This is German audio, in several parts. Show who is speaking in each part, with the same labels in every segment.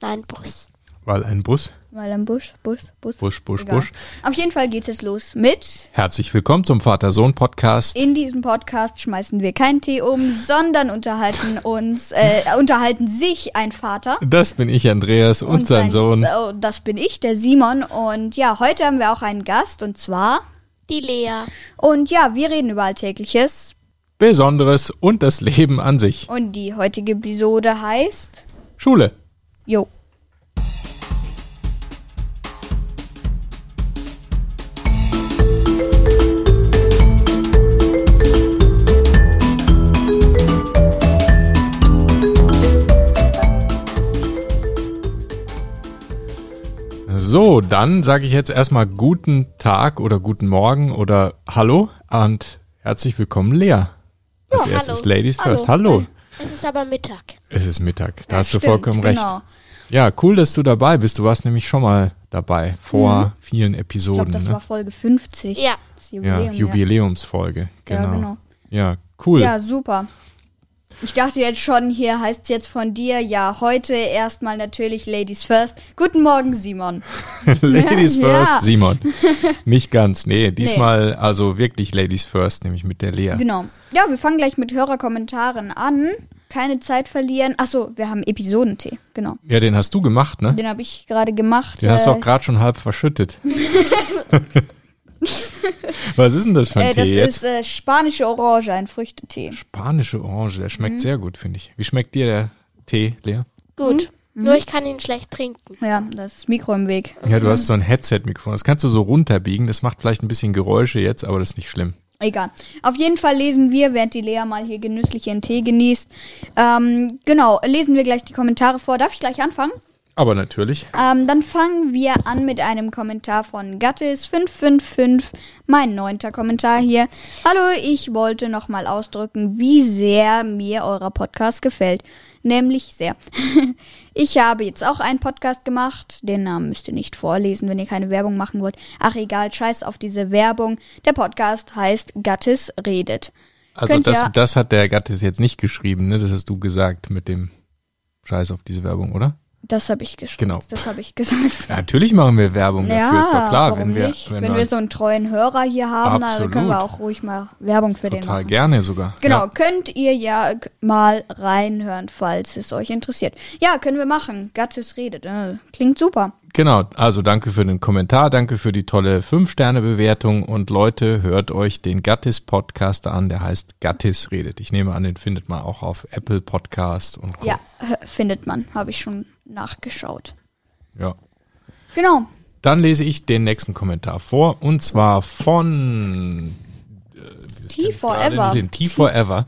Speaker 1: Nein, Bus.
Speaker 2: Weil ein Bus.
Speaker 3: Mal am Busch, Busch, Busch.
Speaker 2: Busch, Busch,
Speaker 3: Egal.
Speaker 2: Busch.
Speaker 3: Auf jeden Fall geht es los mit.
Speaker 2: Herzlich willkommen zum Vater-Sohn-Podcast.
Speaker 3: In diesem Podcast schmeißen wir keinen Tee um, sondern unterhalten uns, äh, unterhalten sich ein Vater
Speaker 2: Das bin ich, Andreas, und, sein, Sohn.
Speaker 3: Oh, das bin ich, der Simon. Und ja, heute haben wir auch einen Gast und zwar.
Speaker 1: Die Lea.
Speaker 3: Und ja, wir reden über Alltägliches.
Speaker 2: Besonderes und das Leben an sich.
Speaker 3: Und die heutige Episode heißt.
Speaker 2: Schule.
Speaker 3: Jo.
Speaker 2: So, dann sage ich jetzt erstmal guten Tag oder guten Morgen oder Hallo und herzlich willkommen, Lea. Als
Speaker 1: Ja,
Speaker 2: erstes
Speaker 1: hallo.
Speaker 2: Ladies
Speaker 3: Hallo.
Speaker 2: first. Hallo.
Speaker 1: Es ist aber Mittag.
Speaker 2: Es ist Mittag, da
Speaker 3: Ja,
Speaker 2: hast du
Speaker 3: stimmt,
Speaker 2: vollkommen recht.
Speaker 3: Genau.
Speaker 2: Ja, cool, dass du dabei bist. Du warst nämlich schon mal dabei vor vielen
Speaker 3: Mhm. Ich glaube,
Speaker 2: Episoden.
Speaker 3: das
Speaker 2: ne?
Speaker 3: war Folge 50.
Speaker 1: Ja.
Speaker 3: Das
Speaker 2: ja,
Speaker 3: Jubiläum.
Speaker 2: Jubiläumsfolge.
Speaker 3: Ja,
Speaker 2: Genau. Ja,
Speaker 3: genau.
Speaker 2: cool.
Speaker 3: Ja, super. Ich dachte jetzt schon, hier heißt es jetzt von dir, ja, heute erstmal natürlich Ladies First. Guten Morgen, Simon.
Speaker 2: Ladies
Speaker 3: Ja.
Speaker 2: first, Simon. Nicht ganz, nee. Diesmal also wirklich Ladies first, nämlich mit der Lea.
Speaker 3: Genau. Ja, wir fangen gleich mit Hörerkommentaren an. Keine Zeit verlieren. Achso, wir haben Episodentee, genau.
Speaker 2: Ja, den hast du gemacht, ne?
Speaker 3: Den habe ich gerade gemacht.
Speaker 2: Den hast du
Speaker 3: äh,
Speaker 2: auch gerade schon halb verschüttet. Was ist denn das für ein
Speaker 3: äh, das
Speaker 2: Tee jetzt?
Speaker 3: ist äh, spanische Orange, ein Früchtetee.
Speaker 2: Spanische Orange, der
Speaker 3: Mhm.
Speaker 2: schmeckt sehr gut, finde ich. Wie schmeckt dir der Tee, Lea?
Speaker 1: Gut. Nur ich kann ihn schlecht trinken.
Speaker 3: Ja, das ist das Mikro im Weg.
Speaker 2: Ja, du hast so ein Headset-Mikrofon. Das kannst du so runterbiegen. Das macht vielleicht ein bisschen Geräusche jetzt, aber das ist nicht schlimm.
Speaker 3: Egal. Auf jeden Fall lesen wir, während die Lea mal hier genüsslich ihren Tee genießt. Ähm, genau, lesen wir gleich die Kommentare vor. Darf ich gleich anfangen?
Speaker 2: Aber natürlich.
Speaker 3: Ähm, dann fangen wir an mit einem Kommentar von Gattes555, mein neunter Kommentar hier. Hallo, ich wollte nochmal ausdrücken, wie sehr mir eurer Podcast gefällt. Nämlich sehr. Ich habe jetzt auch einen Podcast gemacht. Den Namen müsst ihr nicht vorlesen, wenn ihr keine Werbung machen wollt. Ach egal, scheiß auf diese Werbung. Der Podcast heißt Gattes redet.
Speaker 2: Also
Speaker 3: Könnt
Speaker 2: das,
Speaker 3: ihr-
Speaker 2: das hat der Gattes jetzt nicht geschrieben, ne? Das hast du gesagt mit dem Scheiß auf diese Werbung, oder?
Speaker 3: Das habe ich geschrieben.
Speaker 2: Genau.
Speaker 3: Das habe ich gesagt.
Speaker 2: Natürlich machen wir Werbung dafür, ist doch klar.
Speaker 3: warum
Speaker 2: Wenn wir,
Speaker 3: nicht? Wenn, wir so einen treuen Hörer hier haben, dann können wir auch ruhig mal Werbung für den
Speaker 2: total
Speaker 3: machen.
Speaker 2: gerne sogar.
Speaker 3: Genau,
Speaker 2: Ja.
Speaker 3: könnt ihr ja k- mal reinhören, falls es euch interessiert. Ja, können wir machen. Gattes redet. Äh, klingt super.
Speaker 2: Genau, also danke für den Kommentar, danke für die tolle 5-Sterne-Bewertung und Leute, hört euch den Gattis-Podcast an, der heißt Gattis redet. Ich nehme an, den findet man auch auf Apple Podcast und Co.
Speaker 3: Ja, hö- findet man. Habe ich schon nachgeschaut.
Speaker 2: ja.
Speaker 3: Genau.
Speaker 2: Dann lese ich den nächsten Kommentar vor und zwar von
Speaker 3: T
Speaker 2: gerade
Speaker 3: forever.
Speaker 2: Den T Forever.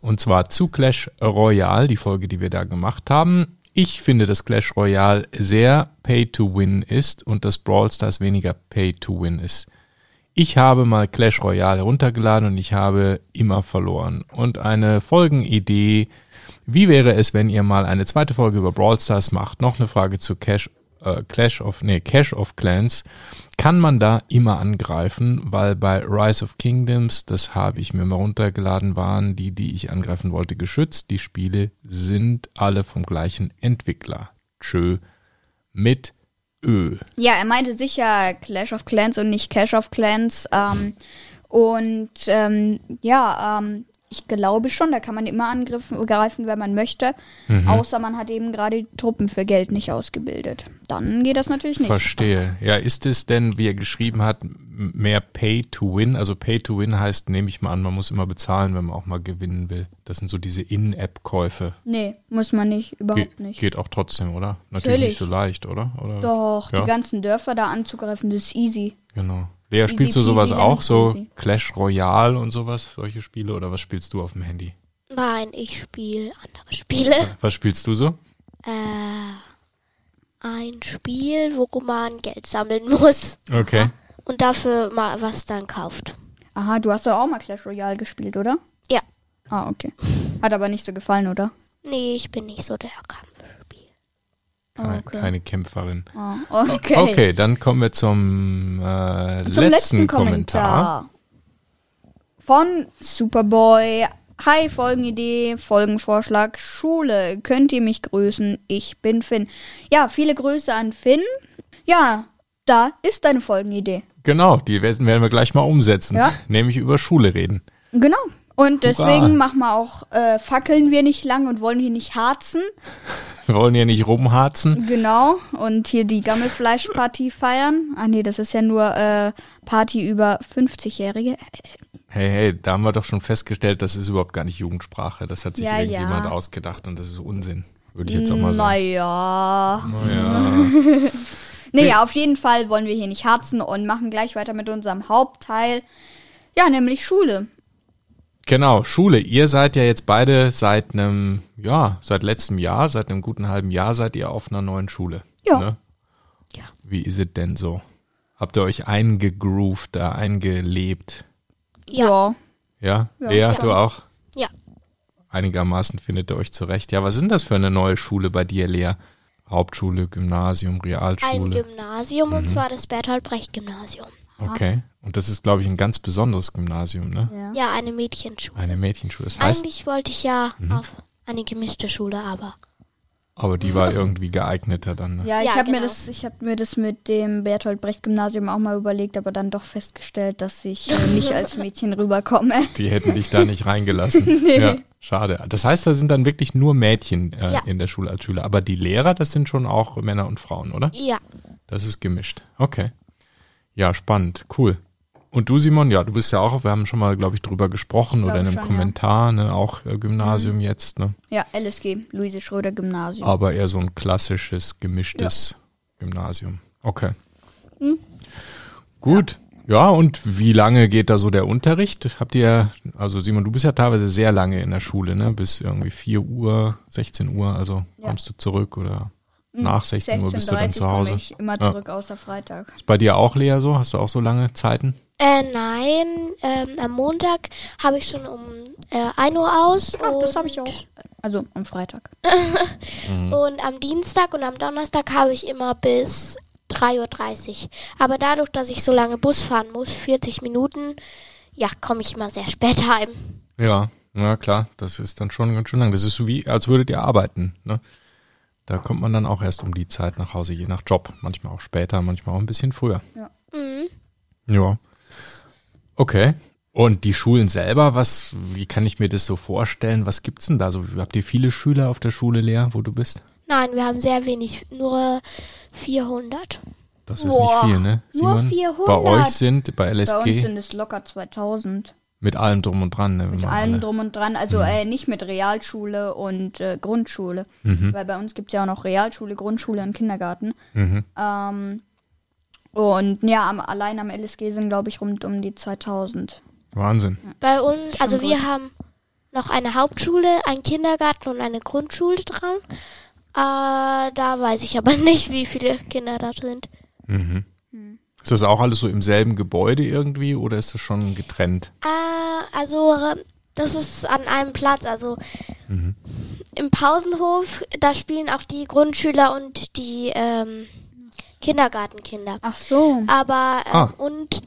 Speaker 2: Und zwar zu Clash Royale, die Folge, die wir da gemacht haben. Ich finde, dass Clash Royale sehr Pay to Win ist und dass Brawl Stars weniger Pay to Win ist. Ich habe mal Clash Royale heruntergeladen und ich habe immer verloren. Und eine Folgenidee, wie wäre es, wenn ihr mal eine zweite Folge über Brawl Stars macht? Noch eine Frage zu Cash, äh, Clash of, nee, Cash of Clans. Kann man da immer angreifen? Weil bei Rise of Kingdoms, das habe ich mir mal runtergeladen, waren die, die ich angreifen wollte, geschützt. Die Spiele sind alle vom gleichen Entwickler. Tschö. Mit Ö.
Speaker 3: Ja, er meinte sicher Clash of Clans und nicht Clash of Clans. Ähm, und ähm, ja, ähm, ich glaube schon, da kann man immer angriffen, greifen, wenn man möchte.
Speaker 2: Mhm.
Speaker 3: Außer man hat eben gerade die Truppen für Geld nicht ausgebildet. Dann geht das natürlich nicht.
Speaker 2: Verstehe. Ja, ist es denn, wie er geschrieben hat, m- mehr Pay to Win? Also Pay to Win heißt, nehme ich mal an, man muss immer bezahlen, wenn man auch mal gewinnen will. Das sind so diese In-App-Käufe.
Speaker 3: Nee, muss man nicht,
Speaker 2: Ge
Speaker 3: überhaupt nicht.
Speaker 2: Geht auch trotzdem, oder? Natürlich,
Speaker 3: Natürlich.
Speaker 2: nicht so leicht, oder? oder?
Speaker 3: Doch,
Speaker 2: Ja.
Speaker 3: die ganzen Dörfer da anzugreifen, das ist easy.
Speaker 2: Genau. Lea, spielst du
Speaker 3: peasy,
Speaker 2: sowas
Speaker 3: lemon
Speaker 2: auch? So
Speaker 3: squeezy.
Speaker 2: Clash Royale und sowas, solche Spiele? Oder was spielst du auf dem Handy?
Speaker 1: Nein, ich spiele andere Spiele.
Speaker 2: Was spielst du so?
Speaker 1: Äh, ein Spiel, wo man Geld sammeln muss
Speaker 2: Okay.
Speaker 1: und dafür mal was dann kauft.
Speaker 3: Aha, du hast doch auch mal Clash Royale gespielt, oder?
Speaker 1: Ja.
Speaker 3: Ah, okay. Hat aber nicht so gefallen, oder?
Speaker 1: Nee, ich bin nicht so der Kampfspiel.
Speaker 2: Keine,
Speaker 3: Ah, okay.
Speaker 2: keine Kämpferin.
Speaker 3: Ah, okay.
Speaker 2: Okay. dann kommen wir zum, äh,
Speaker 3: Zum letzten,
Speaker 2: Kommentar.
Speaker 3: Kommentar. Von Superboy Hi, Folgenidee, Folgenvorschlag, Schule. Könnt ihr mich grüßen? Ich bin Finn. Ja, viele Grüße an Finn. Ja, da ist deine Folgenidee.
Speaker 2: Genau, die werden werden wir gleich mal umsetzen.
Speaker 3: Ja.
Speaker 2: Nämlich über Schule reden.
Speaker 3: Genau. Und deswegen machen wir auch, äh, fackeln wir nicht lang und wollen hier nicht harzen.
Speaker 2: Wir wollen hier nicht rumharzen.
Speaker 3: Genau. Und hier die Gammelfleischparty feiern. Ah nee, das ist ja nur äh, Party über 50-Jährige.
Speaker 2: Hey, hey, da haben wir doch schon festgestellt, das ist überhaupt gar nicht Jugendsprache. Das hat sich
Speaker 3: Ja,
Speaker 2: irgendjemand
Speaker 3: ja.
Speaker 2: ausgedacht und das ist Unsinn. Würde ich jetzt auch mal sagen. Oh
Speaker 3: Naja.
Speaker 2: Naja.
Speaker 1: Hm.
Speaker 3: Naja, auf jeden Fall wollen wir hier nicht harzen und machen gleich weiter mit unserem Hauptteil. Ja, nämlich Schule.
Speaker 2: Genau, Schule. Ihr seid ja jetzt beide seit einem, ja, seit letztem Jahr, seit einem guten halben Jahr seid ihr auf einer neuen Schule. ne?
Speaker 3: Ja.
Speaker 1: Ja.
Speaker 2: Wie ist es denn so? Habt ihr euch eingegroovt, da eingelebt?
Speaker 1: Ja.
Speaker 2: Ja?
Speaker 3: Ja,
Speaker 2: Lea,
Speaker 3: schon.
Speaker 2: du auch?
Speaker 1: Ja.
Speaker 2: Einigermaßen findet ihr euch zurecht. Ja, was sind das für eine neue Schule bei dir, Lea? Hauptschule, Gymnasium,
Speaker 1: Ein
Speaker 2: Realschule?
Speaker 1: Gymnasium und zwar das Berthold-Brecht-Gymnasium.
Speaker 2: Okay. Und das ist, glaube ich, ein ganz besonderes Gymnasium, ne?
Speaker 3: Ja.
Speaker 1: Ja, eine Mädchenschule.
Speaker 2: Eine Mädchenschule. Das heißt,
Speaker 1: Eigentlich wollte ich ja auf eine gemischte Schule, aber
Speaker 2: aber die war irgendwie geeigneter dann. Ne?
Speaker 3: Ja, ich
Speaker 1: Ja,
Speaker 3: habe mir
Speaker 1: genau.
Speaker 3: das, ich habe mir das mit dem Bertolt Brecht Gymnasium auch mal überlegt, aber dann doch festgestellt, dass ich äh, nicht als Mädchen rüberkomme.
Speaker 2: Die hätten dich da nicht reingelassen. Ja, schade. Das heißt, da sind dann wirklich nur Mädchen äh,
Speaker 1: Ja.
Speaker 2: in der Schule als Schüler. Aber die Lehrer, das sind schon auch Männer und Frauen, oder?
Speaker 1: ja.
Speaker 2: Das ist gemischt. Okay. Ja, spannend. Cool. Und du, Simon, ja, du bist ja auch, wir haben schon mal, glaube ich, drüber gesprochen oder in einem
Speaker 3: schon, ja. Mhm.
Speaker 2: Kommentar, ne, auch äh, Gymnasium jetzt, ne?
Speaker 3: Ja, LSG, Luise Schröder Gymnasium.
Speaker 2: aber eher so ein klassisches, gemischtes Gymnasium. Okay.
Speaker 3: Mhm.
Speaker 2: Gut. Ja. und wie lange geht da so der Unterricht? Habt ihr, also Simon, du bist ja teilweise sehr lange in der Schule, ne? Bis irgendwie 4 Uhr, 16 Uhr, also kommst du zurück oder nach 16 Uhr bist du dann
Speaker 3: 16.30
Speaker 2: zu
Speaker 3: Mhm. komme
Speaker 2: Hause.
Speaker 3: ich immer
Speaker 2: Ja.
Speaker 3: zurück, außer Freitag.
Speaker 2: Ist bei dir auch, Lea, so? Hast du auch so lange Zeiten?
Speaker 1: Äh, nein, ähm, am Montag habe ich schon um äh, 1 Uhr aus.
Speaker 3: Ach, das habe
Speaker 1: und-
Speaker 3: ich auch. Also am Freitag.
Speaker 1: Und am Dienstag und am Donnerstag habe ich immer bis 3.30 Uhr. Aber dadurch, dass ich so lange Bus fahren muss, 40 Minuten, ja, komme ich immer sehr spät heim.
Speaker 2: Ja, na klar, das ist dann schon ganz schön lang. Das ist so wie, als würdet ihr arbeiten. Ne? Da kommt man dann auch erst um die Zeit nach Hause, je nach Job. Manchmal auch später, manchmal auch ein bisschen früher.
Speaker 3: Ja.
Speaker 1: Mhm.
Speaker 2: Ja. Okay. Und die Schulen selber, was, wie kann ich mir das so vorstellen? Was gibt's denn da so? Habt ihr viele Schüler auf der Schule, Lea, wo du bist?
Speaker 1: Nein, wir haben sehr wenig, nur 400.
Speaker 2: Das ist
Speaker 3: Boah,
Speaker 2: nicht viel, ne?
Speaker 3: nur
Speaker 2: Simon?
Speaker 3: 400.
Speaker 2: Bei euch sind, bei
Speaker 3: Bei uns
Speaker 2: LSG,
Speaker 3: sind es locker 2000.
Speaker 2: mit allem drum und dran, ne? wenn
Speaker 3: Mit
Speaker 2: man
Speaker 3: allem
Speaker 2: alle-
Speaker 3: drum und dran. Also äh, nicht mit Realschule und äh, Grundschule. Weil bei uns gibt es ja auch noch Realschule, Grundschule und Kindergarten. Ähm, und ja, am, allein am LSG sind, glaube ich, rund um die 2000.
Speaker 2: Wahnsinn.
Speaker 1: Bei uns, also wir
Speaker 3: groß.
Speaker 1: haben noch eine Hauptschule, einen Kindergarten und eine Grundschule dran. Äh, da weiß ich aber nicht, wie viele Kinder da sind.
Speaker 2: Ist das auch alles so im selben Gebäude irgendwie oder ist das schon getrennt?
Speaker 1: Ah, also ähm, das ist an einem Platz. Also im Pausenhof, da spielen auch die Grundschüler und die ähm, Kindergartenkinder.
Speaker 3: Ach so.
Speaker 1: Aber ähm,
Speaker 2: Ah.
Speaker 1: und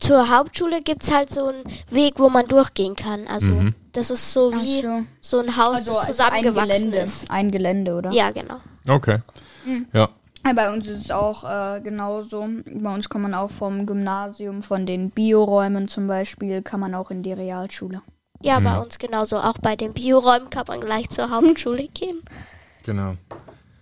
Speaker 1: zur Hauptschule gibt es halt so einen Weg, wo man durchgehen kann. Also das ist so
Speaker 3: Ach
Speaker 1: wie
Speaker 3: so.
Speaker 1: so ein Haus, das
Speaker 3: also ein
Speaker 1: zusammengewachsen
Speaker 3: Gelände.
Speaker 1: ist.
Speaker 3: Ein Gelände, oder?
Speaker 1: Ja, genau.
Speaker 2: Okay.
Speaker 3: Mhm.
Speaker 2: Ja.
Speaker 3: Ja, Bei uns ist es auch äh, genauso. Bei uns kann man auch vom Gymnasium, von den Bioräumen zum Beispiel, kann man auch in die Realschule.
Speaker 1: Ja, bei uns genauso. Auch bei den Bioräumen kann man gleich zur Hauptschule gehen.
Speaker 2: Genau.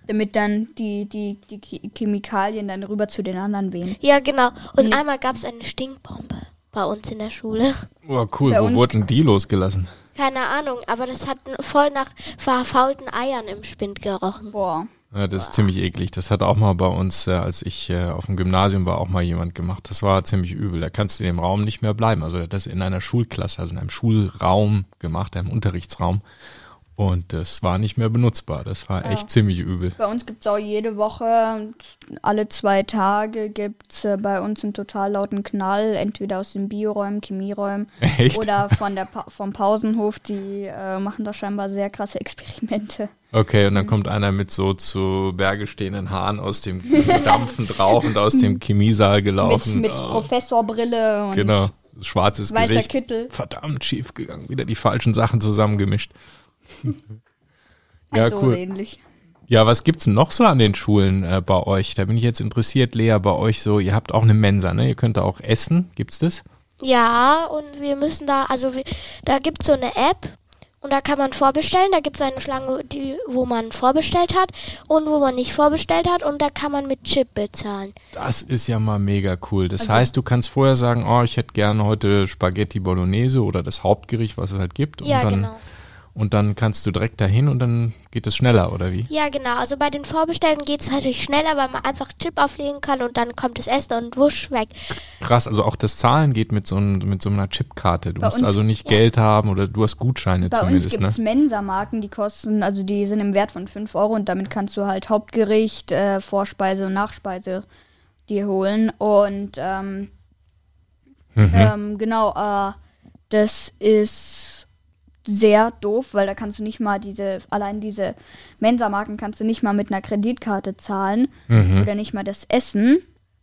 Speaker 3: Damit dann die, die, die Chi- Chemikalien dann rüber zu den anderen wehen.
Speaker 1: Ja, genau. Und einmal gab es eine Stinkbombe bei uns in der Schule.
Speaker 2: Oh, cool.
Speaker 3: Bei
Speaker 2: Wo
Speaker 3: uns-
Speaker 2: wurden die losgelassen?
Speaker 1: Keine Ahnung, aber das hat n- voll nach verfaulten Eiern im Spind gerochen.
Speaker 3: Boah.
Speaker 2: Ja, das ist ziemlich eklig. Das hat auch mal bei uns, äh, als ich äh, auf dem Gymnasium war, auch mal jemand gemacht. Das war ziemlich übel. Da kannst du in dem Raum nicht mehr bleiben. Also der hat das in einer Schulklasse, also in einem Schulraum gemacht, einem Unterrichtsraum. Und das war nicht mehr benutzbar. Das war
Speaker 3: Oh.
Speaker 2: echt ziemlich übel.
Speaker 3: Bei uns gibt es auch jede Woche, und alle zwei Tage gibt es äh, bei uns einen total lauten Knall, entweder aus den Bioräumen, Chemieräumen
Speaker 2: Echt?
Speaker 3: oder von der pa vom Pausenhof. Die äh, machen da scheinbar sehr krasse Experimente.
Speaker 2: Okay, und dann
Speaker 3: Mhm.
Speaker 2: kommt einer mit so zu Berge stehenden Haaren aus dem dampfend rauchend aus dem Chemiesaal
Speaker 3: Mit,
Speaker 2: gelaufen.
Speaker 3: mit
Speaker 2: Oh,
Speaker 3: Professorbrille und
Speaker 2: genau. schwarzes
Speaker 3: Weißer
Speaker 2: Gesicht.
Speaker 3: Kittel.
Speaker 2: Verdammt schief gegangen. Wieder die falschen Sachen zusammengemischt. ja,
Speaker 3: so
Speaker 2: cool.
Speaker 3: also ähnlich.
Speaker 2: Ja, was gibt's denn noch so an den Schulen äh, bei euch? Da bin ich jetzt interessiert, Lea, bei euch so, ihr habt auch eine Mensa, ne? Ihr könnt da auch essen. Gibt's das?
Speaker 1: Ja, und wir müssen da, also wir, da gibt es so eine App und da kann man vorbestellen. Da gibt es eine Schlange, die, wo man vorbestellt hat und wo man nicht vorbestellt hat und da kann man mit Chip bezahlen.
Speaker 2: Das ist ja mal mega cool. Das heißt, du kannst vorher sagen, oh, ich hätte gerne heute Spaghetti Bolognese oder das Hauptgericht, was es halt gibt.
Speaker 1: ja,
Speaker 2: und dann,
Speaker 1: genau.
Speaker 2: Und dann kannst du direkt dahin und dann geht es schneller, oder wie?
Speaker 1: Ja, genau. Also bei den Vorbestellten geht es natürlich schneller, weil man einfach Chip auflegen kann und dann kommt das Essen und wusch weg.
Speaker 2: Krass, also auch das Zahlen geht mit so, einem- mit so einer Chipkarte. Du
Speaker 3: Bei
Speaker 2: musst
Speaker 3: uns-
Speaker 2: also nicht Geld haben oder du hast Gutscheine
Speaker 3: Bei uns
Speaker 2: zumindest,
Speaker 3: gibt es
Speaker 2: ne?
Speaker 3: Mensa-Marken, die kosten, also die sind im Wert von 5 Euro und damit kannst du halt Hauptgericht, äh, Vorspeise und Nachspeise dir holen. Und ähm,
Speaker 2: Mhm.
Speaker 3: ähm, genau, äh, das ist sehr doof, weil da kannst du nicht mal diese, allein diese Mensa-Marken kannst du nicht mal mit einer Kreditkarte zahlen
Speaker 2: Mhm,
Speaker 3: oder nicht mal das Essen.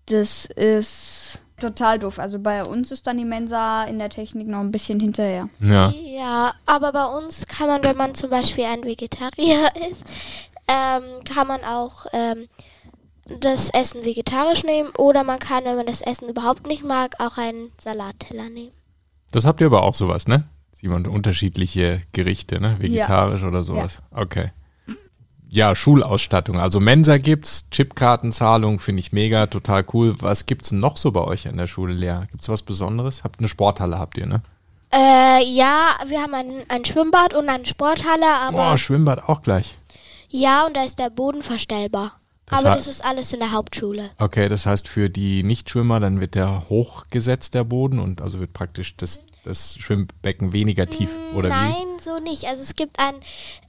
Speaker 3: Das ist total doof. Also bei uns ist dann die Mensa in der Technik noch ein bisschen hinterher.
Speaker 2: Ja.
Speaker 1: Ja, aber bei uns kann man, wenn man zum Beispiel ein Vegetarier ist, ähm, kann man auch ähm, das Essen vegetarisch nehmen oder man kann, wenn man das Essen überhaupt nicht mag, auch einen Salatteller nehmen.
Speaker 2: Das habt ihr aber auch sowas, ne? Simon, unterschiedliche Gerichte, ne? Vegetarisch oder sowas. Okay. Ja, Schulausstattung. Also Mensa gibt's, Chipkartenzahlung finde ich mega, total cool. Was gibt's denn noch so bei euch an der Schule, Lea? Gibt's was Besonderes? Habt eine Sporthalle, habt ihr, ne?
Speaker 1: Äh, ja, wir haben ein, ein Schwimmbad und eine Sporthalle, aber
Speaker 2: Boah, Schwimmbad auch gleich.
Speaker 1: ja, und da ist der Boden verstellbar.
Speaker 2: Das
Speaker 1: aber
Speaker 2: hat-
Speaker 1: das ist alles in der Hauptschule.
Speaker 2: Okay, das heißt für die Nichtschwimmer, dann wird der hochgesetzt, der Boden, und also wird praktisch das, das Schwimmbecken weniger tief, oder wie?
Speaker 1: Nein, so nicht. Also es gibt ein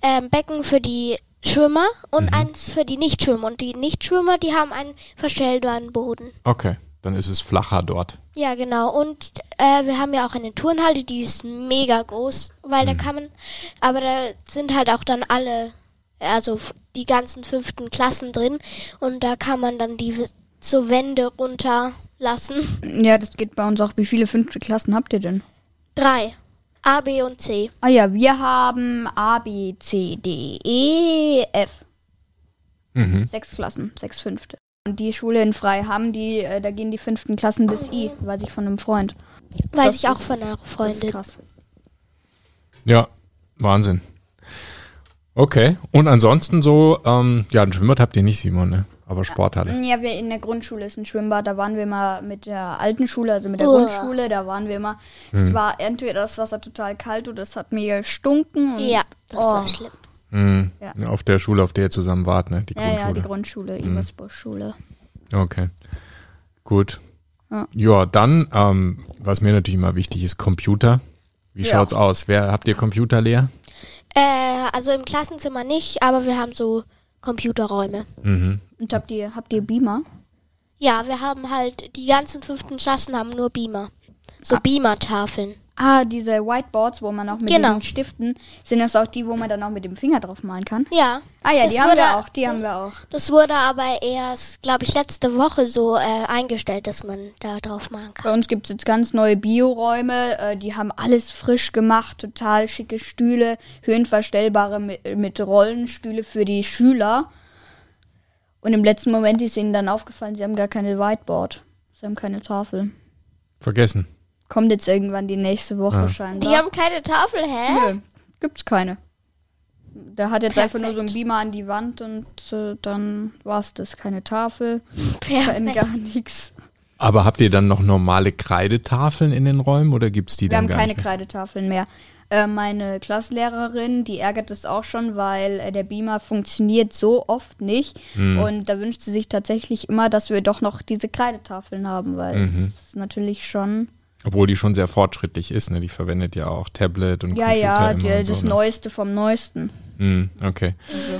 Speaker 1: ähm, Becken für die Schwimmer und
Speaker 2: Mhm.
Speaker 1: eins für die Nichtschwimmer. Und die Nichtschwimmer, die haben einen verstellbaren Boden.
Speaker 2: Okay, dann ist es flacher dort.
Speaker 1: Ja, genau. Und äh, wir haben ja auch eine Turnhalle, die ist mega groß, weil
Speaker 3: Mhm.
Speaker 1: da kann man, aber da sind halt auch dann alle, also f- die ganzen fünften Klassen drin und da kann man dann die w- so Wände runterlassen.
Speaker 3: Ja, das geht bei uns auch. Wie viele fünfte Klassen habt ihr denn?
Speaker 1: Drei. A, B und C.
Speaker 3: Ah ja, wir haben A, B, C, D, E, F.
Speaker 2: Mhm.
Speaker 3: Sechs Klassen, sechs fünfte. Und die Schule in Frei haben die, äh, da gehen die fünften Klassen bis I, weiß ich von einem Freund.
Speaker 1: Weiß
Speaker 3: Das
Speaker 1: ich auch
Speaker 3: ist-
Speaker 1: von einer
Speaker 3: Das ist
Speaker 1: Freundin.
Speaker 3: krass.
Speaker 2: Ja, Wahnsinn. Okay, und ansonsten so, ähm, ja, ein Schwimmbad habt ihr nicht, Simon, ne? aber Sporthalle.
Speaker 3: Ja, wir in der Grundschule ist ein Schwimmbad, da waren wir mal mit der alten Schule, also mit der
Speaker 1: Uah.
Speaker 3: Grundschule, da waren wir mal. Es war entweder das Wasser total kalt oder es hat mega gestunken. Und
Speaker 1: Ja, das
Speaker 3: oh.
Speaker 1: war schlimm.
Speaker 2: Mhm.
Speaker 3: Ja.
Speaker 2: Auf der Schule, auf der ihr zusammen wart, ne? die
Speaker 3: Ja, ja, die
Speaker 2: Grundschule.
Speaker 3: Grundschule, Iversburg-Schule.
Speaker 2: okay, gut. Ja,
Speaker 3: Ja.
Speaker 2: dann, ähm, was mir natürlich immer wichtig ist, Computer. Wie
Speaker 3: Ja.
Speaker 2: schaut's aus? Wer, habt ihr Computer leer?
Speaker 1: Äh, also im Klassenzimmer nicht, aber wir haben so Computerräume.
Speaker 3: Und habt ihr, habt ihr Beamer?
Speaker 1: Ja, wir haben halt, die ganzen fünften Klassen haben nur Beamer. So Beamer-Tafeln.
Speaker 3: Ah, diese Whiteboards, wo man auch mit
Speaker 1: Genau.
Speaker 3: diesen Stiften, sind das auch die, wo man dann auch mit dem Finger drauf malen kann?
Speaker 1: Ja.
Speaker 3: Ah ja,
Speaker 1: Das
Speaker 3: die haben
Speaker 1: wurde-
Speaker 3: wir auch, die haben wir auch.
Speaker 1: Das wurde aber erst, glaube ich, letzte Woche so äh, eingestellt, dass man da drauf machen kann.
Speaker 3: Bei uns gibt es jetzt ganz neue Bioräume, äh, die haben alles frisch gemacht, total schicke Stühle, höhenverstellbare mit, äh, mit Rollenstühle für die Schüler. Und im letzten Moment ist ihnen dann aufgefallen, sie haben gar keine Whiteboard, sie haben keine Tafel.
Speaker 2: Vergessen.
Speaker 3: Kommt jetzt irgendwann die nächste Woche scheinbar.
Speaker 1: Die haben keine Tafel, hä?
Speaker 3: Nö, gibt's keine. Der hat jetzt einfach nur so einen Beamer an die Wand und äh, dann war's das. Keine Tafel, kein
Speaker 1: Perfekt.
Speaker 3: gar nichts.
Speaker 2: Aber habt ihr dann noch normale Kreidetafeln in den Räumen oder gibt's die
Speaker 3: Wir
Speaker 2: dann
Speaker 3: haben
Speaker 2: gar
Speaker 3: keine
Speaker 2: nicht? mehr?
Speaker 3: Kreidetafeln mehr. Äh, meine Klassenlehrerin, die ärgert es auch schon, weil äh, der Beamer funktioniert so oft nicht.
Speaker 2: Hm.
Speaker 3: Und da wünscht sie sich tatsächlich immer, dass wir doch noch diese Kreidetafeln haben, weil
Speaker 2: Mhm.
Speaker 3: das ist natürlich schon.
Speaker 2: Obwohl die schon sehr fortschrittlich ist, ne? Die verwendet ja auch Tablet und
Speaker 3: Ja,
Speaker 2: Computer
Speaker 3: ja,
Speaker 2: immer
Speaker 3: die,
Speaker 2: und
Speaker 3: das Also.
Speaker 2: so, ne?
Speaker 3: Neueste vom Neuesten.
Speaker 2: Hm, okay.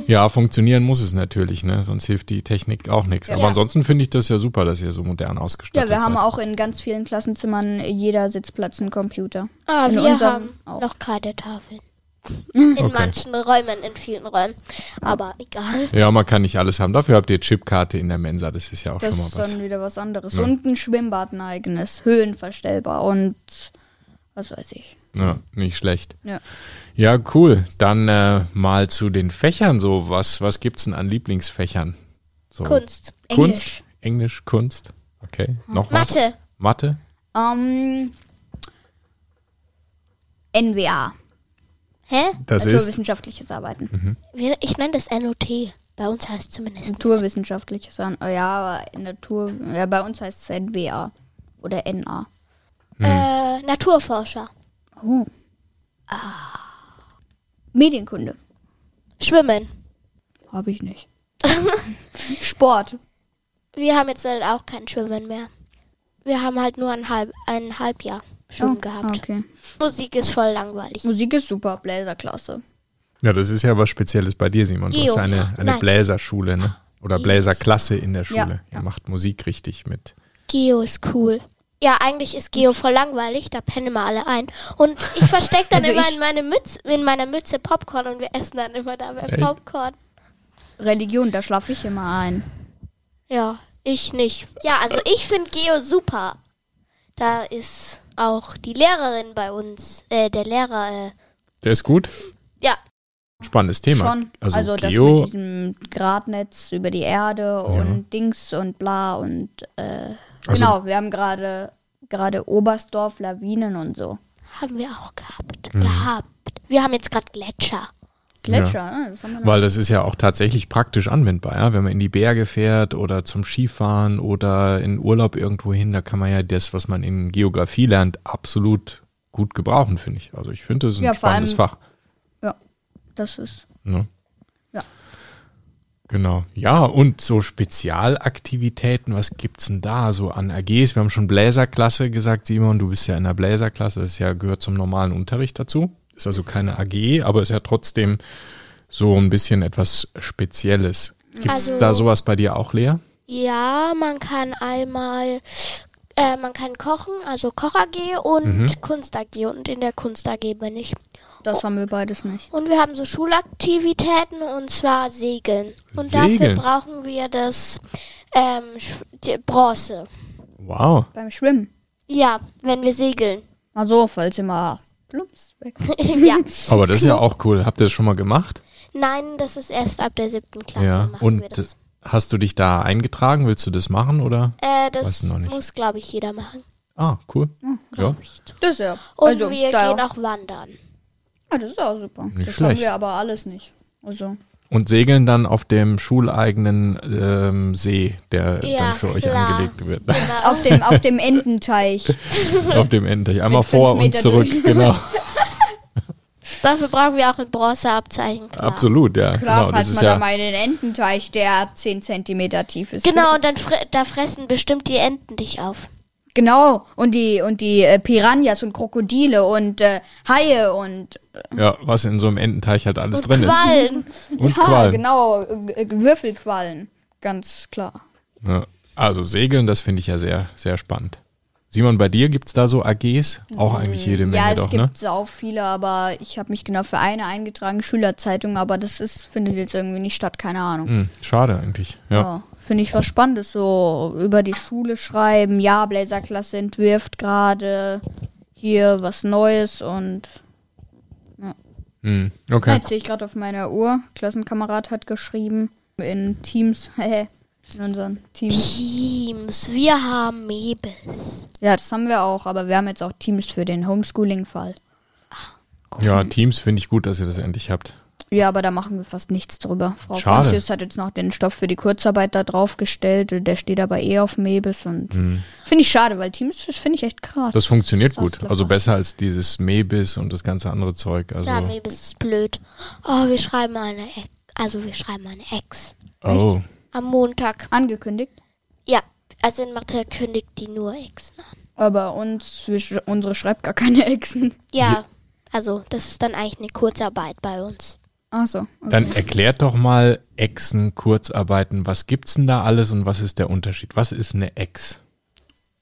Speaker 2: Ja, funktionieren muss es natürlich, ne? Sonst hilft die Technik auch nichts. Aber ansonsten finde ich das ja super, dass ihr so modern
Speaker 3: Ja,
Speaker 2: ausgestattet
Speaker 3: wir haben
Speaker 2: seid.
Speaker 3: auch in ganz vielen Klassenzimmern jeder Sitzplatz einen Computer.
Speaker 1: Ah,
Speaker 3: In
Speaker 1: wir
Speaker 3: unserem
Speaker 1: haben
Speaker 3: auch.
Speaker 1: noch keine Tafeln. In
Speaker 2: Okay.
Speaker 1: manchen Räumen, in vielen Räumen. Aber egal.
Speaker 2: Ja, man kann nicht alles haben. Dafür habt ihr Chipkarte in der Mensa. Das ist ja auch
Speaker 3: Das
Speaker 2: schon mal
Speaker 3: ist
Speaker 2: was.
Speaker 3: dann wieder was anderes. Und ein Schwimmbad, ein eigenes, höhenverstellbar und was weiß ich.
Speaker 2: Ja, nicht schlecht.
Speaker 3: Ja.
Speaker 2: Ja, cool. Dann äh, mal zu den Fächern so. Was, was gibt's denn an Lieblingsfächern? So.
Speaker 1: Kunst.
Speaker 2: Kunst? Englisch, Kunst. Okay. Noch was?
Speaker 1: Mathe.
Speaker 2: Mathe?
Speaker 3: Ähm, NWA,
Speaker 1: Hä?
Speaker 2: Das ist. Mhm.
Speaker 3: naturwissenschaftliches Arbeiten.
Speaker 1: Wir, ich nenne das NOT. Bei uns heißt es zumindest.
Speaker 3: Naturwissenschaftliches Arbeiten. Oh, ja, aber in Natur, ja, bei uns heißt es NWA oder NA.
Speaker 2: Hm.
Speaker 1: Äh, Naturforscher.
Speaker 3: Oh. Ah. Medienkunde
Speaker 1: Schwimmen.
Speaker 3: habe ich nicht. Sport.
Speaker 1: Wir haben jetzt halt auch kein Schwimmen mehr. Wir haben halt nur ein, halb, ein Halbjahr Schwimmen
Speaker 3: Oh,
Speaker 1: gehabt.
Speaker 3: Okay.
Speaker 1: Musik ist voll langweilig.
Speaker 3: Musik ist super, Bläserklasse.
Speaker 2: Ja, das ist ja was Spezielles bei dir, Simon. Du
Speaker 1: Geo.
Speaker 2: hast eine, eine
Speaker 1: Nein.
Speaker 2: Bläserschule, ne? Oder Bläserklasse in der Schule.
Speaker 3: Ja,
Speaker 2: Ihr
Speaker 3: ja.
Speaker 2: macht Musik richtig mit.
Speaker 1: Geo ist cool. Ja, eigentlich ist Geo voll langweilig, da pennen immer alle ein. Und ich verstecke dann
Speaker 3: Also
Speaker 1: immer
Speaker 3: ich-
Speaker 1: in, meine Mütze, in meiner Mütze Popcorn und wir essen dann immer dabei
Speaker 2: Echt?
Speaker 1: Popcorn.
Speaker 3: Religion, da schlafe ich immer ein.
Speaker 1: Ja, ich nicht. Ja, also ich finde Geo super. Da ist auch die Lehrerin bei uns, äh, der Lehrer, äh,
Speaker 2: Der ist gut.
Speaker 1: ja,
Speaker 2: Spannendes Thema.
Speaker 3: Schon.
Speaker 2: Also,
Speaker 3: Also, das mit
Speaker 2: Geo,
Speaker 3: diesem Gradnetz über die Erde und Dings und bla und äh,
Speaker 2: Also-
Speaker 3: genau, wir haben gerade gerade Oberstdorf, Lawinen und so.
Speaker 1: haben wir auch gehabt. Gehabt. Wir haben jetzt gerade Gletscher.
Speaker 3: Gletscher, ne? das haben wir noch.
Speaker 2: Weil das ist ja auch tatsächlich praktisch anwendbar, ja? wenn man in die Berge fährt oder zum Skifahren oder in Urlaub irgendwo hin, da kann man ja das, was man in Geografie lernt, absolut gut gebrauchen, finde ich. Also ich finde, das ist ein
Speaker 3: Ja, vor
Speaker 2: spannendes
Speaker 3: allem-
Speaker 2: Fach.
Speaker 3: Ja, das ist.
Speaker 2: Ne?
Speaker 3: Ja.
Speaker 2: Genau. Ja, und so Spezialaktivitäten, was gibt's denn da so an AGs? Wir haben schon Bläserklasse gesagt, Simon, du bist ja in der Bläserklasse, das ist ja, gehört zum normalen Unterricht dazu. Ist also keine AG, aber ist ja trotzdem so ein bisschen etwas Spezielles. Gibt's
Speaker 1: Also-
Speaker 2: da sowas bei dir auch, Lea?
Speaker 1: Ja, man kann einmal, äh, man kann kochen, also Koch AG und
Speaker 2: Mhm.
Speaker 1: Kunst AG und in der Kunst AG bin ich.
Speaker 3: Das haben wir beides nicht.
Speaker 1: Und wir haben so Schulaktivitäten und zwar Segeln. Und dafür
Speaker 2: Segeln?
Speaker 1: brauchen wir das ähm, Sch- die Bronze.
Speaker 2: Wow.
Speaker 3: Beim Schwimmen.
Speaker 1: Ja, wenn wir segeln.
Speaker 3: Also, falls immer plups weg.
Speaker 1: ja.
Speaker 2: Aber das ist ja auch cool. Habt ihr das schon mal gemacht?
Speaker 1: Nein, das ist erst ab der siebten Klasse
Speaker 2: ja.
Speaker 1: machen
Speaker 2: Und
Speaker 1: wir das.
Speaker 2: hast du dich da eingetragen? Willst du das machen oder?
Speaker 1: Äh,
Speaker 2: Weiß
Speaker 1: das
Speaker 2: ich noch nicht.
Speaker 1: muss, glaube ich, jeder machen.
Speaker 2: Ah, cool.
Speaker 1: Mhm.
Speaker 2: ja.
Speaker 3: Das ist ja.
Speaker 1: Und
Speaker 3: also,
Speaker 1: wir
Speaker 3: da,
Speaker 1: gehen auch wandern.
Speaker 3: ja, das ist auch super. das haben
Speaker 2: schlecht.
Speaker 3: wir aber alles nicht. Also,
Speaker 2: Und segeln dann auf dem schuleigenen ähm, See, der
Speaker 1: Ja,
Speaker 2: dann für euch
Speaker 1: klar.
Speaker 2: angelegt wird.
Speaker 1: Ah.
Speaker 3: auf dem auf dem Ententeich.
Speaker 2: auf dem Endteich. Einmal
Speaker 3: Mit fünf
Speaker 2: vor und
Speaker 3: Meter
Speaker 2: zurück, genau.
Speaker 1: Dafür brauchen wir auch ein Bronzeabzeichen. Klar.
Speaker 2: Absolut, ja.
Speaker 3: Klar,
Speaker 2: genau, das
Speaker 3: falls
Speaker 2: ist
Speaker 3: man da
Speaker 2: ja,
Speaker 3: mal in den Ententeich, der 10 Zentimeter tief ist.
Speaker 1: Genau, und dann fre da fressen bestimmt die Enten dich auf.
Speaker 3: Genau, und die und die äh, Piranhas und Krokodile und äh, Haie und
Speaker 2: ja, was in so einem Ententeich halt alles drin
Speaker 1: Quallen.
Speaker 2: ist. Und
Speaker 3: ja,
Speaker 2: Quallen.
Speaker 3: genau, äh, äh, Würfelquallen, ganz klar.
Speaker 2: Ja. Also segeln, das finde ich ja sehr, sehr spannend. Simon, bei dir gibt es da so AGs? Auch eigentlich jede Menge
Speaker 3: Mm, ja, es
Speaker 2: doch,
Speaker 3: gibt
Speaker 2: ne?
Speaker 3: sau viele, aber ich habe mich genau für eine eingetragen, Schülerzeitung, aber das ist findet jetzt irgendwie nicht statt, keine Ahnung.
Speaker 2: Hm, schade eigentlich. Ja.
Speaker 3: Ja, Finde ich was Spannendes, so über die Schule schreiben, ja, Bläserklasse entwirft gerade hier was Neues und
Speaker 2: Hm, okay.
Speaker 3: Jetzt sehe ich gerade auf meiner Uhr. Klassenkamerad hat geschrieben in Teams, hä, in unseren Teams.
Speaker 1: Teams, wir haben Mebels.
Speaker 3: Ja, das haben wir auch, aber wir haben jetzt auch Teams für den Homeschooling-Fall.
Speaker 2: Ja, Teams finde ich gut, dass ihr das endlich habt.
Speaker 3: Ja, aber da machen wir fast nichts drüber. Frau
Speaker 2: Schade.
Speaker 3: Franzius hat jetzt noch den Stoff für die Kurzarbeit da draufgestellt. Der steht aber eh auf Mebis und finde ich schade, weil Teams das finde ich echt krass.
Speaker 2: Hm. Das funktioniert gut.
Speaker 3: Saftlacher.
Speaker 2: Also besser als dieses Mebis und das ganze andere Zeug. Also,
Speaker 1: Ja, Mebels ist blöd. Oh, wir schreiben eine Ex. Also, wir schreiben eine Ex.
Speaker 2: oh.
Speaker 1: Am Montag.
Speaker 3: Angekündigt.
Speaker 1: Ja, also in Mathe kündigt die nur ne? Exen an.
Speaker 3: Aber uns, wir, sch- unsere schreibt gar keine Echsen.
Speaker 1: Ja, also, das ist dann eigentlich eine Kurzarbeit bei uns.
Speaker 3: Ach so. Okay.
Speaker 2: Dann erklärt doch mal Echsen, Kurzarbeiten. Was gibt's denn da alles und was ist der Unterschied? Was ist eine Ex?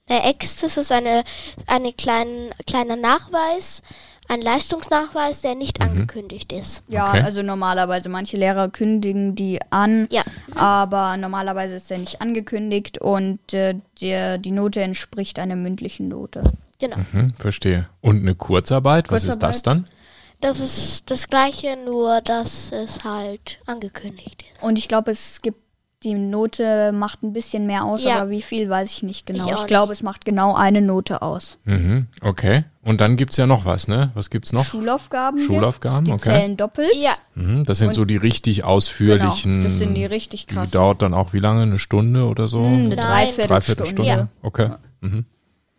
Speaker 1: Eine Ex, das ist eine, eine kleine, kleiner Nachweis Ein Leistungsnachweis, der nicht angekündigt ist.
Speaker 3: Ja,
Speaker 2: Okay.
Speaker 3: also normalerweise, manche Lehrer kündigen die an,
Speaker 1: Ja.
Speaker 3: aber normalerweise ist er nicht angekündigt und äh, der, die Note entspricht einer mündlichen Note.
Speaker 1: Genau.
Speaker 2: Hm, verstehe. Und eine Kurzarbeit, was ist das dann?
Speaker 3: Kurzarbeit.
Speaker 1: Das ist das Gleiche, nur dass es halt angekündigt ist.
Speaker 3: Und ich glaube, es gibt, die Note macht ein bisschen mehr aus,
Speaker 1: Ja.
Speaker 3: aber wie viel, weiß ich nicht genau.
Speaker 1: Ich auch
Speaker 3: Ich, glaube, es macht genau eine Note aus.
Speaker 2: Mhm, okay. Und dann gibt es ja noch was, ne? Was gibt's noch?
Speaker 3: Schulaufgaben. gibt's,
Speaker 2: Schulaufgaben,
Speaker 3: die
Speaker 2: okay.
Speaker 3: zählen doppelt.
Speaker 1: Ja,
Speaker 2: Mhm, das sind so die richtig
Speaker 3: Genau,
Speaker 2: ausführlichen.
Speaker 3: das sind die richtig
Speaker 2: Die
Speaker 3: krassen.
Speaker 2: dauert dann auch wie lange? Eine Stunde oder so?
Speaker 3: Hm, Eine
Speaker 1: Nein.
Speaker 3: Dreiviertelstunde.
Speaker 2: Dreiviertelstunde?
Speaker 1: Ja.
Speaker 2: Okay. Mhm.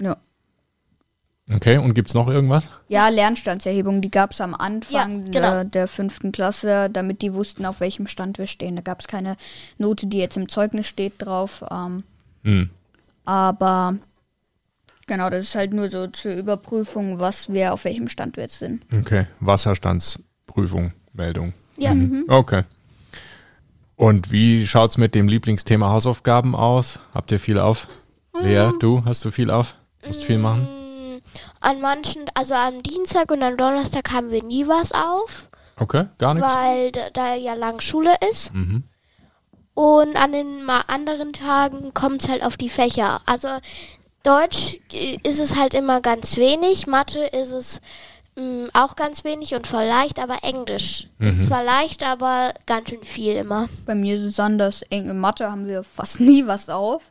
Speaker 3: Ja.
Speaker 2: Okay, und gibt's noch irgendwas?
Speaker 3: Ja, Lernstandserhebung, die gab es am Anfang
Speaker 1: Ja, genau.
Speaker 3: der, der fünften Klasse, damit die wussten, auf welchem Stand wir stehen. Da gab es keine Note, die jetzt im Zeugnis steht drauf. Ähm,
Speaker 2: Hm.
Speaker 3: aber genau, das ist halt nur so zur Überprüfung, was wir, auf welchem Stand wir jetzt sind.
Speaker 2: Okay, Wasserstandsprüfung, Meldung. Mhm.
Speaker 1: ja.
Speaker 3: Mhm.
Speaker 2: Okay. Und wie schaut's mit dem Lieblingsthema Hausaufgaben aus? Habt ihr viel auf?
Speaker 3: Mhm.
Speaker 2: Lea, du, hast du viel auf? Musst viel machen?
Speaker 1: Mm, An manchen, also am Dienstag und am Donnerstag haben wir nie was auf,
Speaker 2: Okay, gar nichts?
Speaker 1: weil da, da ja lang Schule ist. Und an den ma- anderen Tagen kommt es halt auf die Fächer. Also Deutsch äh, ist es halt immer ganz wenig, Mathe ist es mm, auch ganz wenig und voll leicht, aber Englisch ist zwar leicht, aber ganz schön viel immer.
Speaker 3: Bei mir ist es anders. Eng- In Mathe haben wir fast nie was auf.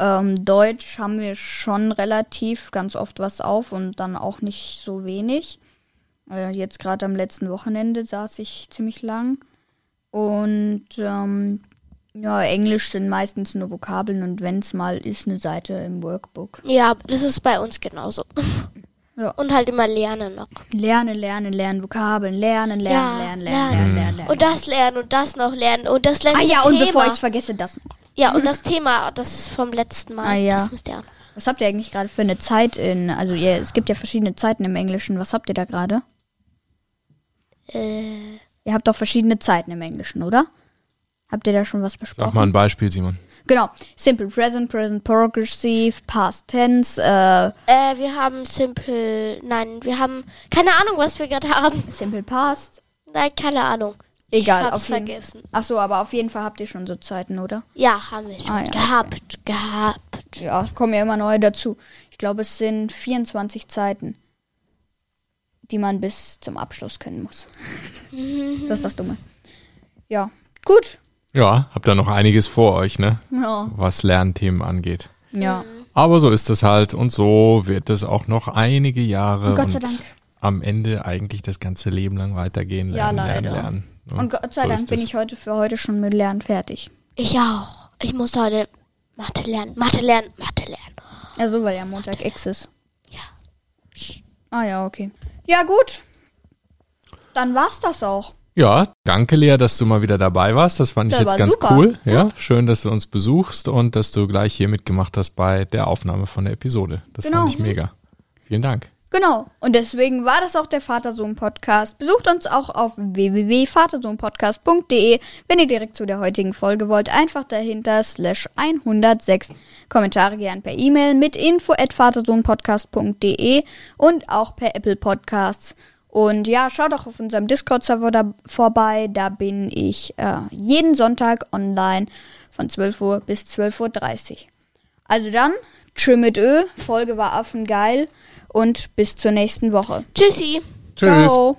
Speaker 3: Ähm, Deutsch haben wir schon relativ ganz oft was auf und dann auch nicht so wenig. Äh, jetzt gerade am letzten Wochenende saß ich ziemlich lang. Und ähm, ja, Englisch sind meistens nur Vokabeln und wenn es mal ist, eine Seite im Workbook.
Speaker 1: Ja, das ist bei uns genauso.
Speaker 3: Ja.
Speaker 1: Und halt immer lernen noch.
Speaker 3: Lernen, lernen, lernen, Vokabeln, lernen, lernen,
Speaker 1: Ja,
Speaker 3: lernen,
Speaker 1: lernen.
Speaker 3: lernen, lernen, lernen, lernen.
Speaker 1: Und das lernen und das noch lernen und das letzte
Speaker 3: ah ja, und
Speaker 1: Thema.
Speaker 3: bevor ich vergesse, das noch.
Speaker 1: Ja, und das Thema, das vom letzten Mal,
Speaker 3: Ah, ja.
Speaker 1: das müsst ihr auch.
Speaker 3: Was habt ihr eigentlich gerade für eine Zeit in, also ihr, es gibt ja verschiedene Zeiten im Englischen, was habt ihr da gerade?
Speaker 1: Äh,
Speaker 3: Ihr habt doch verschiedene Zeiten im Englischen, oder? Habt ihr da schon was
Speaker 2: Sag
Speaker 3: besprochen?
Speaker 2: mal ein Beispiel, Simon.
Speaker 3: Genau, Simple Present, Present Progressive, Past Tense, äh,
Speaker 1: äh, wir haben Simple, nein, wir haben keine Ahnung, was wir gerade haben.
Speaker 3: Simple Past,
Speaker 1: Nein, keine Ahnung.
Speaker 3: egal.
Speaker 1: ich hab's
Speaker 3: auf jeden,
Speaker 1: vergessen.
Speaker 3: Ach so, aber auf jeden Fall habt ihr schon so Zeiten, oder?
Speaker 1: Ja, haben wir schon
Speaker 3: Ah, ja,
Speaker 1: gehabt, gehabt.
Speaker 3: Ja, kommen ja immer neue dazu. Ich glaube, es sind 24 Zeiten, die man bis zum Abschluss können muss. das ist das Dumme. Ja, gut.
Speaker 2: Ja, habt da noch einiges vor euch, ne?
Speaker 3: Ja.
Speaker 2: Was Lernthemen angeht.
Speaker 3: Ja.
Speaker 2: Aber so ist das halt und so wird es auch noch einige Jahre
Speaker 3: Und Gott sei
Speaker 2: und
Speaker 3: Dank.
Speaker 2: am Ende eigentlich das ganze Leben lang weitergehen.
Speaker 3: Ja,
Speaker 2: Lernen,
Speaker 3: leider.
Speaker 2: Lernen, lernen.
Speaker 3: Und Gott sei
Speaker 2: so
Speaker 3: Dank
Speaker 2: ist
Speaker 3: bin
Speaker 2: es.
Speaker 3: ich heute für heute schon mit Lernen fertig.
Speaker 1: Ich auch. Ich muss heute Mathe lernen, Mathe lernen, Mathe lernen.
Speaker 3: Also weil ja Montag X ist.
Speaker 1: Ja.
Speaker 3: Ah ja, okay. Ja, gut. Dann war's das auch.
Speaker 2: Ja, danke Lea, dass du mal wieder dabei warst. Das fand ich
Speaker 3: Das
Speaker 2: jetzt
Speaker 3: war
Speaker 2: ganz
Speaker 3: super.
Speaker 2: cool. Ja, schön, dass du uns besuchst und dass du gleich hier mitgemacht hast bei der Aufnahme von der Episode. Das
Speaker 3: Genau.
Speaker 2: fand ich mega. Vielen Dank.
Speaker 3: Genau. Und deswegen war das auch der Vatersohn-Podcast. Besucht uns auch auf www.vatersohnpodcast.de, wenn ihr direkt zu der heutigen Folge wollt. Einfach dahinter slash 106. Kommentare gern per E-Mail mit info at vatersohnpodcast.de und auch per Apple Podcasts. Und ja, schaut auch auf unserem Discord-Server da vorbei. Da bin ich äh, jeden Sonntag online von 12 Uhr bis 12.30 Uhr. Also dann, tschö mit Ö, Folge war affengeil und bis zur nächsten Woche.
Speaker 1: Tschüssi.
Speaker 2: Tschüss.
Speaker 3: Ciao.